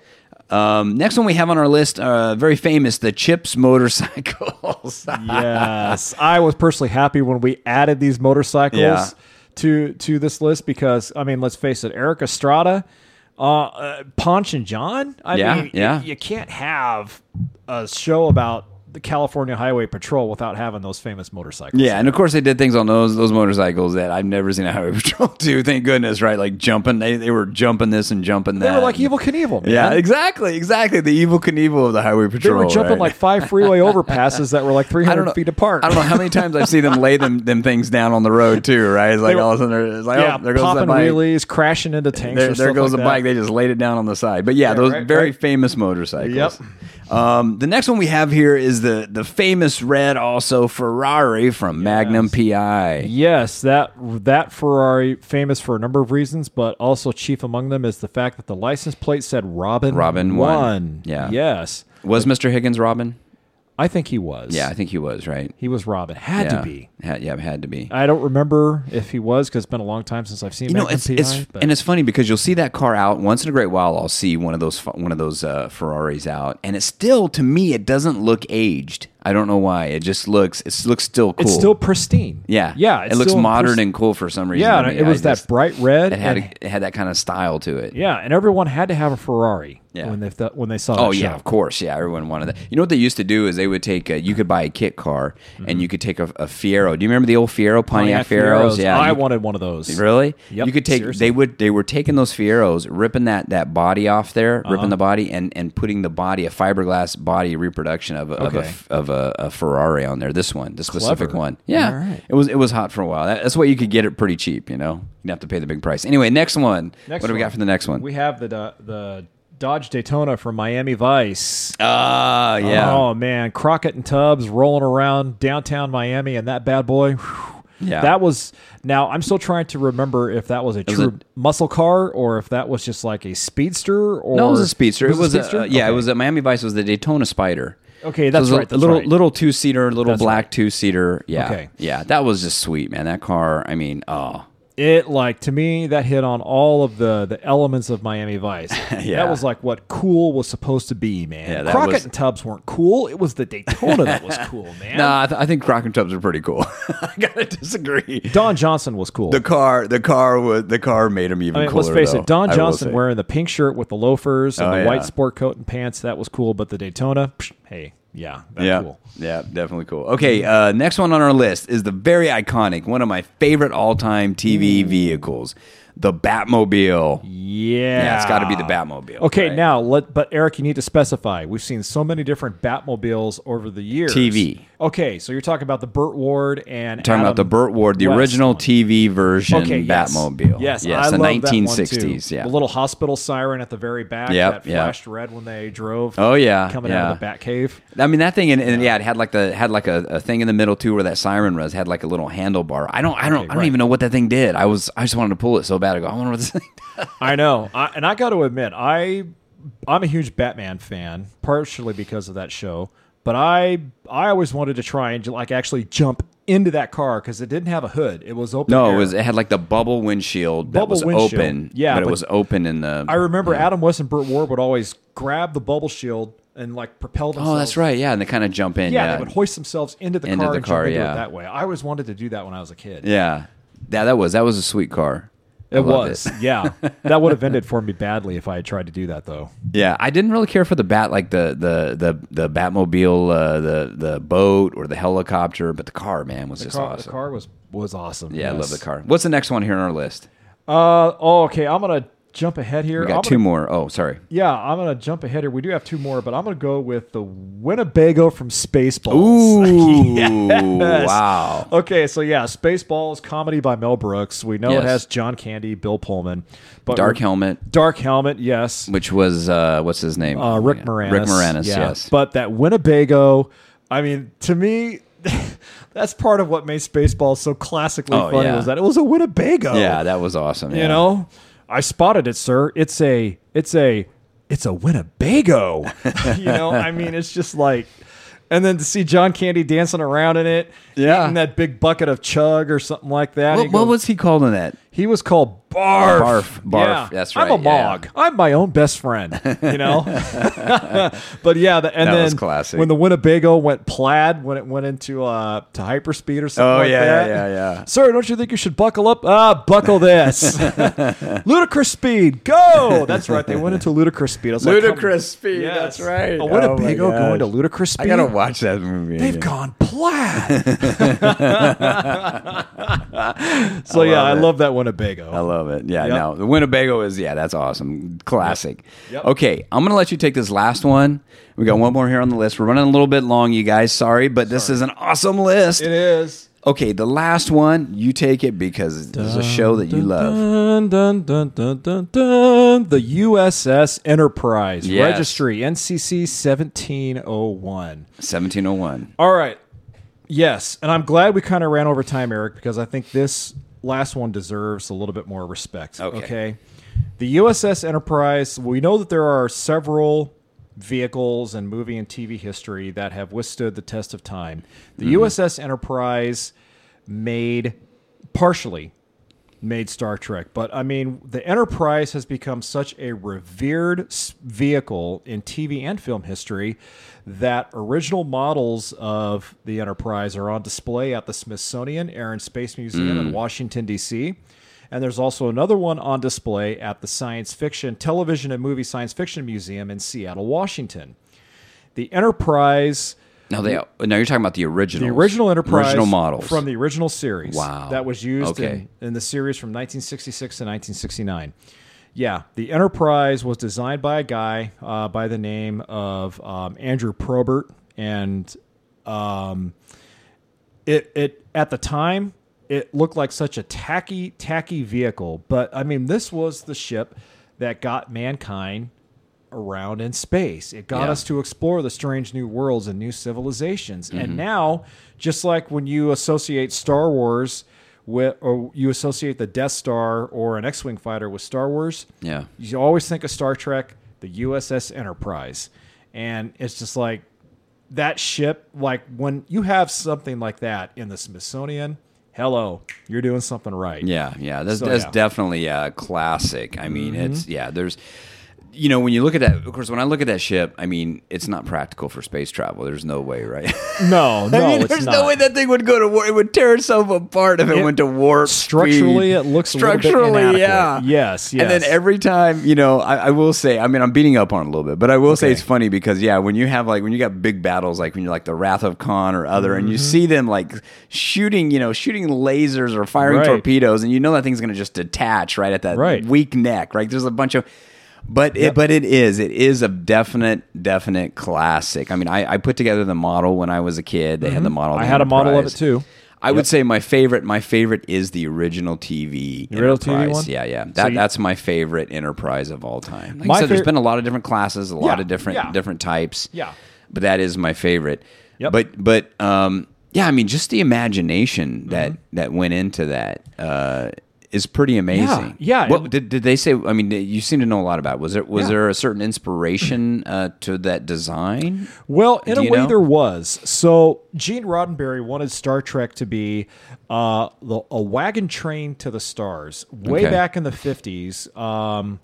Um, next one we have on our list, uh, very famous, the Chips motorcycles. yes, I was personally happy when we added these motorcycles Yeah. to to this list because I mean, let's face it, Eric Estrada, uh, uh Ponch and John. I Yeah, mean, y- yeah. you can't have a show about the California Highway Patrol without having those famous motorcycles. Yeah, and of course they did things on those those motorcycles that I've never seen a highway patrol do. Thank goodness, right? Like jumping, they, they were jumping this and jumping that. they were like Evil Knievel. Man. Yeah, exactly, exactly. The evil Knievel of the highway They patrol. were jumping right? like five freeway overpasses that were like I don't know 300 feet apart. I don't know how many times I've seen them lay them them things down on the road too. Right? It's like were- all of a sudden, they're, it's like, Yeah, oh, there goes popping that bike. wheelies, crashing into tanks. There, or there stuff goes like the that. bike. They just laid it down on the side. But yeah, those right, very right. famous motorcycles. Yep. Um, the next one we have here is the the famous red also Ferrari from Magnum PI. Yes, that that Ferrari famous for a number of reasons, but also chief among them is the fact that the license plate said Robin. Robin one. one. Yeah. Yes, Was Mr. Higgins Robin? I think he was. Yeah, I think he was right. he was Robin. Had yeah. to be. Had, yeah, had to be. I don't remember if he was because it's been a long time since I've seen. you know, Magnum it's PI, it's but- and it's funny because you'll see that car out once in a great while. I'll see one of those fu- one of those uh, Ferraris out, and it still to me it doesn't look aged. I don't know why. It just looks it looks still cool. It's still pristine. yeah yeah. It it's looks still modern prist- and cool for some reason. yeah, to and me. it I was that just- bright red. It had and- a, it had that kind of style to it. yeah, and everyone had to have a Ferrari Yeah. when they th- when they saw. Oh that yeah, show. of course. Yeah, everyone wanted that. You know what they used to do is they would take a, you could buy a kit car Mm-hmm. and you could take a, a Fiero. Do you remember the old Fiero Pontiac, Fieros? Yeah, Oh, I you- wanted one of those. Really? Yep, you could take seriously. they would they were taking those Fieros, ripping that that body off there, Uh-huh. ripping the body and and putting the body a fiberglass body reproduction of a, of a Okay. f- of, a, a Ferrari on there. This one, the specific Clever. one. Yeah. All right. It was it was hot for a while. That, that's why you could get it pretty cheap, you know. You didn't have to pay the big price. Anyway, next one. Next what do we one. got for the next one? We have the Do- the Dodge Daytona from Miami Vice. Ah, yeah. Oh man, Crockett and Tubbs rolling around downtown Miami, and that bad boy. whew. Yeah. That was now. I'm still trying to remember if that was a a- true muscle car or if that was just like a speedster. Or No, it was a speedster. It was, a, speedster? uh, yeah, Okay. it was a Miami Vice was the Daytona Spider. Okay, So it that's was a right, that's little right. little two seater, little That's black two seater. Yeah, Okay. yeah, that was just sweet, man. That car. I mean, oh, it like to me that hit on all of the the elements of Miami Vice. Yeah. That was like what cool was supposed to be, man. Yeah, that Crockett was- and Tubbs weren't cool. It was the Daytona that was cool, man. nah, I, th- I think Crock and Tubbs are pretty cool. I gotta disagree. Don Johnson was cool. The car, the car was the car made him even I mean, cooler. let's face though, it, Don I will Johnson say. wearing the pink shirt with the loafers and Oh, the yeah. white sport coat and pants, that was cool. But the Daytona, psh, hey, yeah, that's Yeah, cool. yeah, definitely cool. Okay, uh, next one on our list is the very iconic, one of my favorite all-time Mm. TV vehicles, the Batmobile. Yeah, Yeah. it's got to be the Batmobile. Okay, right? now let but Eric, you need to specify. We've seen so many different Batmobiles over the years. TV. Okay, so you're talking about the Burt Ward and Talking Adam about the Burt Ward, the West original one. TV version Okay, yes. Batmobile. Yes, yes, I the love that one, too. 1960s. Yeah, the little hospital siren at the very back Yep, that yeah. flashed red when they drove. Oh, yeah, coming out of the yeah. Batcave. I mean that thing, and, and yeah, it had like the had like a, a thing in the middle too, where that siren was had like a little handlebar. I don't, I don't, I don't right. even know what that thing did. I was, I just wanted to pull it so bad. I go, I wonder what this thing. Does. I know, I, and I got to admit, I I'm a huge Batman fan, partially because of that show. But I I always wanted to try and like actually jump into that car because it didn't have a hood; it was open. No, air. it was, it had like the bubble windshield that Bubble was windshield. open. Yeah, but, but- it was open in the. I remember Adam West and Burt Ward would always grab the bubble shield and like propel themselves. oh, that's right. Yeah, and they kind of jump in. Yeah, Yeah, they would hoist themselves into the Into car the and car, jump into yeah. it that way. I always wanted to do that when I was a kid. yeah, yeah. That was that was a sweet car. I It loved was, yeah. That would have ended for me badly if I had tried to do that, though. Yeah, I didn't really care for the bat, like the the the the Batmobile, uh, the the boat or the helicopter, but the car, man, was just Car, The awesome. car was was awesome. yeah, I love the yes. car. What's the next one here on our list? Uh, oh, okay. I'm gonna jump ahead here. We got I'm 2 gonna- more. Oh, sorry. Yeah, I'm gonna jump ahead here. We do have two more, but I'm gonna go with the Winnebago from Spaceballs. Ooh, Yes. wow. Okay, so yeah, Spaceballs comedy by Mel Brooks. We know Yes. it has John Candy, Bill Pullman, but Dark Helmet, Dark Helmet, yes. which was uh, what's his name? Uh, Rick Yeah. Moranis. Rick Moranis. yeah. Yes. But that Winnebago, I mean, to me, that's part of what made Spaceballs so classically Oh, funny yeah. was that it was a Winnebago. yeah, that was awesome. You know, I spotted it, sir. It's a, it's a, it's a Winnebago. you know, I mean, it's just like, and then to see John Candy dancing around in it, Yeah. eating that big bucket of chug or something like that. What, you what go- was he called in that? he was called Barf. Barf, Barf, that's I'm a right, yeah. Mog. I'm my own best friend. You know. but yeah, the, and That then was classic. when the Winnebago went plaid, when it went into uh to hyperspeed or something. Oh, like yeah, that. yeah, yeah, yeah. Sir, don't you think you should buckle up? Ah, buckle this. ludicrous speed, go. That's right. They went into ludicrous speed. I was like, come- speed. Yes. Oh, A Winnebago going to ludicrous speed. Oh, I gotta watch that movie. They've again. gone plaid. so yeah, love I it. love that Winnebago. I love it. Yeah, Yep. no, the Winnebago is yeah, that's awesome, classic. Yep. Okay, I'm gonna let you take this last one. We got one more here on the list. We're running a little bit long, you guys. Sorry, but this is an awesome list. It is. Okay, the last one, you take it because it's a show that you love. Dun, dun, dun, dun, dun, dun. The USS Enterprise Yes. Registry NCC 1701. 1701. All right. Yes, and I'm glad we kind of ran over time, Eric, because I think this last one deserves a little bit more respect. Okay. The USS Enterprise, we know that there are several vehicles in movie and TV history that have withstood the test of Mm-hmm. time. The USS Enterprise made partially made Star Trek. But I mean, the Enterprise has become such a revered s- vehicle in TV and film history that original models of the Enterprise are on display at the Smithsonian Air and Space Museum in Washington, D.C. And there's also another one on display at the Science Fiction, Television and Movie Science Fiction Museum in Seattle, Washington. The Enterprise. No, they. No, you're talking about the original. The original Enterprise, Original models. from the original series. Wow. that was used Okay. in, in the series from 1966 to 1969. Yeah, the Enterprise was designed by a guy uh, by the name of um, Andrew Probert, and um, it it at the time it looked like such a tacky tacky vehicle, but I mean this was the ship that got mankind around in space. It got Yeah. us to explore the strange new worlds and new civilizations. And now, just like when you associate Star Wars with, or you associate the Death Star or an X Wing fighter with Star Wars, yeah. you always think of Star Trek, the USS Enterprise. And it's just like that ship, like when you have something like that in the Smithsonian, hello, you're doing something right. Yeah, yeah. That's, So, that's yeah. Mm-hmm. definitely a classic. I mean, it's yeah. There's, you know, when you look at that. Of course, when I look at that ship, I mean, it's not practical for space travel. There's no way, right? No, no, I mean, it's there's not. no way that thing would go to warp. It would tear itself apart if it, It- went to warp. structurally speed. it looks a little bit structurally, inadequate. yeah, Yes, And then yes. every time, you know, I, I will say, I mean, I'm beating up on it a little bit, but I will say Okay. it's funny because yeah, when you have like when you got big battles, like when you're like the Wrath of Khan or other, and you Mm-hmm. see them like shooting, you know, shooting lasers or firing Right. torpedoes, and you know that thing's going to just detach right at that Right. weak neck. Right? There's a bunch of. But it, Yep. but it is it is a definite definite classic. I mean, I, I put together the model when I was a kid. They had the model. Mm-hmm. I had a model of it Enterprise. too. I would say my favorite, my favorite is the original TV. The original TV Enterprise. one? Yeah, yeah. So That, you- that's my favorite Enterprise of all time. Like My I said, there's fav- been a lot of different classes, a lot Yeah, of different yeah. different types. Yeah. But that is my favorite. Yep. But but um yeah, I mean just the imagination that that went into that uh is pretty amazing. Mm-hmm. yeah, What it- did, did they say? I mean, you seem to know a lot about. It. Was there was Yeah. there a certain inspiration uh, to that design? Well, in Do a you way, know? there was. So Gene Roddenberry wanted Star Trek to be uh, the, a wagon train to the stars. Way Okay. back in the fifties, um,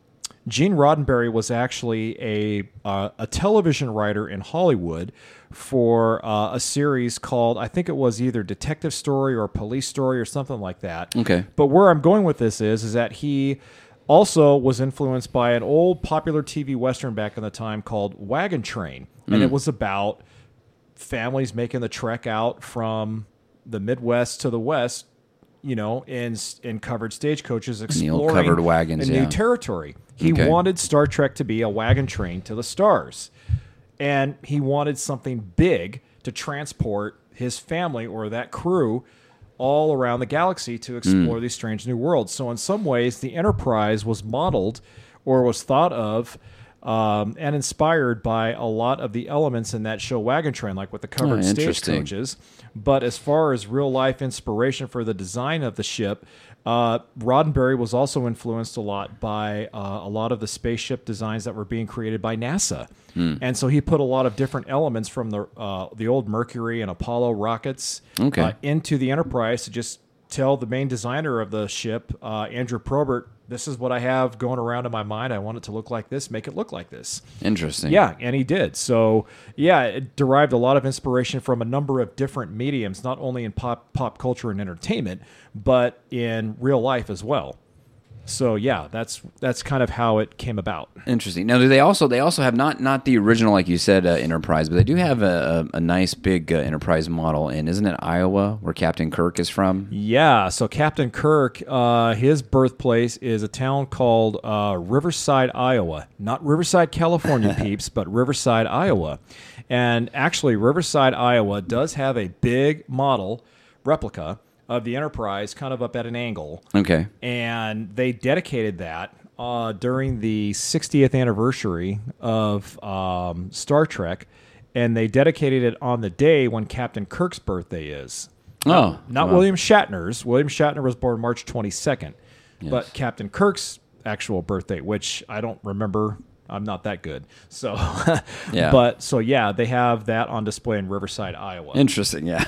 Gene Roddenberry was actually a uh, a television writer in Hollywood for uh, a series called I think it was either Detective Story or Police Story or something like that. Okay. But where I'm going with this is, is that he also was influenced by an old popular TV western back in the time called Wagon Train, and Mm. it was about families making the trek out from the Midwest to the West, you know, in in covered stagecoaches the old exploring covered wagons, a new yeah. territory. He Okay. wanted Star Trek to be a wagon train to the stars, and he wanted something big to transport his family or that crew all around the galaxy to explore these strange new worlds. So, in some ways, the Enterprise was modeled or was thought of. Um, and inspired by a lot of the elements in that show wagon train, like with the covered Oh, interesting. stagecoaches. But as far as real life inspiration for the design of the ship, uh, Roddenberry was also influenced a lot by uh, a lot of the spaceship designs that were being created by NASA, and so he put a lot of different elements from the uh, the old Mercury and Apollo rockets Okay. uh, into the Enterprise to just tell the main designer of the ship, uh, Andrew Probert, this is what I have going around in my mind. I want it to look like this. Make it look like this. Interesting. Yeah, and he did. So, yeah, it derived a lot of inspiration from a number of different mediums, not only in pop pop culture and entertainment, but in real life as well. So, yeah, that's that's kind of how it came about. Interesting. Now, do they also they also have not not the original like you said uh, Enterprise, but they do have a, a, a nice big uh, Enterprise model, and isn't it Iowa where Captain Kirk is from? Yeah, so Captain Kirk, uh, his birthplace is a town called uh, Riverside, Iowa. Not Riverside, California, peeps, but Riverside, Iowa. And actually, Riverside, Iowa does have a big model replica of the Enterprise kind of up at an angle. Okay. And they dedicated that uh, during the 60th anniversary of um, Star Trek. And they dedicated it on the day when Captain Kirk's birthday is. Oh, Not wow. William Shatner's. William Shatner was born March 22nd, but Captain Kirk's actual birthday, which I don't remember. I'm not that good. So, Yeah. but so yeah, they have that on display in Riverside, Iowa. Interesting. Yeah.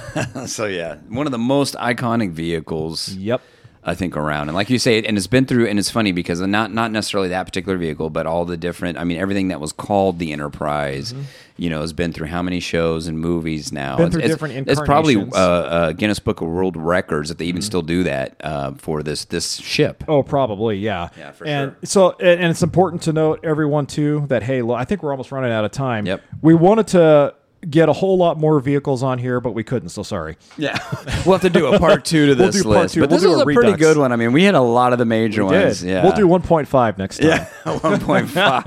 so yeah, one of the most iconic vehicles yep. I think around. And like you say, and it's been through, and it's funny because not not necessarily that particular vehicle, but all the different. I mean, everything that was called the Enterprise, you know, has been through how many shows and movies now. Mm-hmm. Been through it's, different It's, it's probably uh, incarnations. Mm-hmm. uh, Guinness Book of World Records that they even still do that uh, for this this ship. Oh, probably, yeah. Yeah, for and sure. So, and, and it's important to note, everyone, too, that hey, look, I think we're almost running out of time. Yep. We wanted to get a whole lot more vehicles on here, but we couldn't. So sorry. Yeah, we'll have to do a part two to We'll this do part list, two. but We'll this do was a a, pretty redux. good one. I mean, we had a lot of the major ones. Did. Yeah, We'll do 1.5 next time. Yeah, one point five.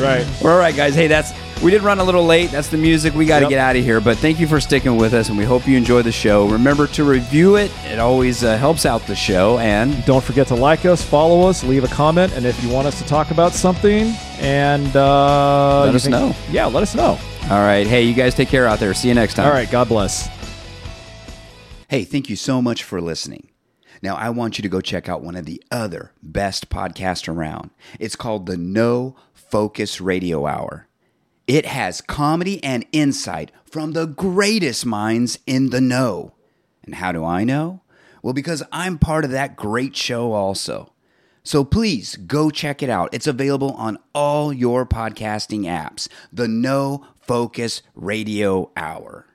Right. All right, guys. Hey, that's we did run a little late. That's the music. We got to Yep. get out of here. But thank you for sticking with us, and we hope you enjoy the show. Remember to review it. It always uh, helps out the show. And Don't forget to like us, follow us, leave a comment, and if you want us to talk about something, and uh, Let you us know. Yeah, let us know. all right, hey, you guys, take care out there. See you next time. All right. God bless. Hey, thank you so much for listening. Now, I want you to go check out one of the other best podcasts around. It's called the No Focus Radio Hour. It has comedy and insight from the greatest minds in the know. And how do I know? Well, because I'm part of that great show also. So please go check it out. It's available on all your podcasting apps. The No Focus Radio Hour.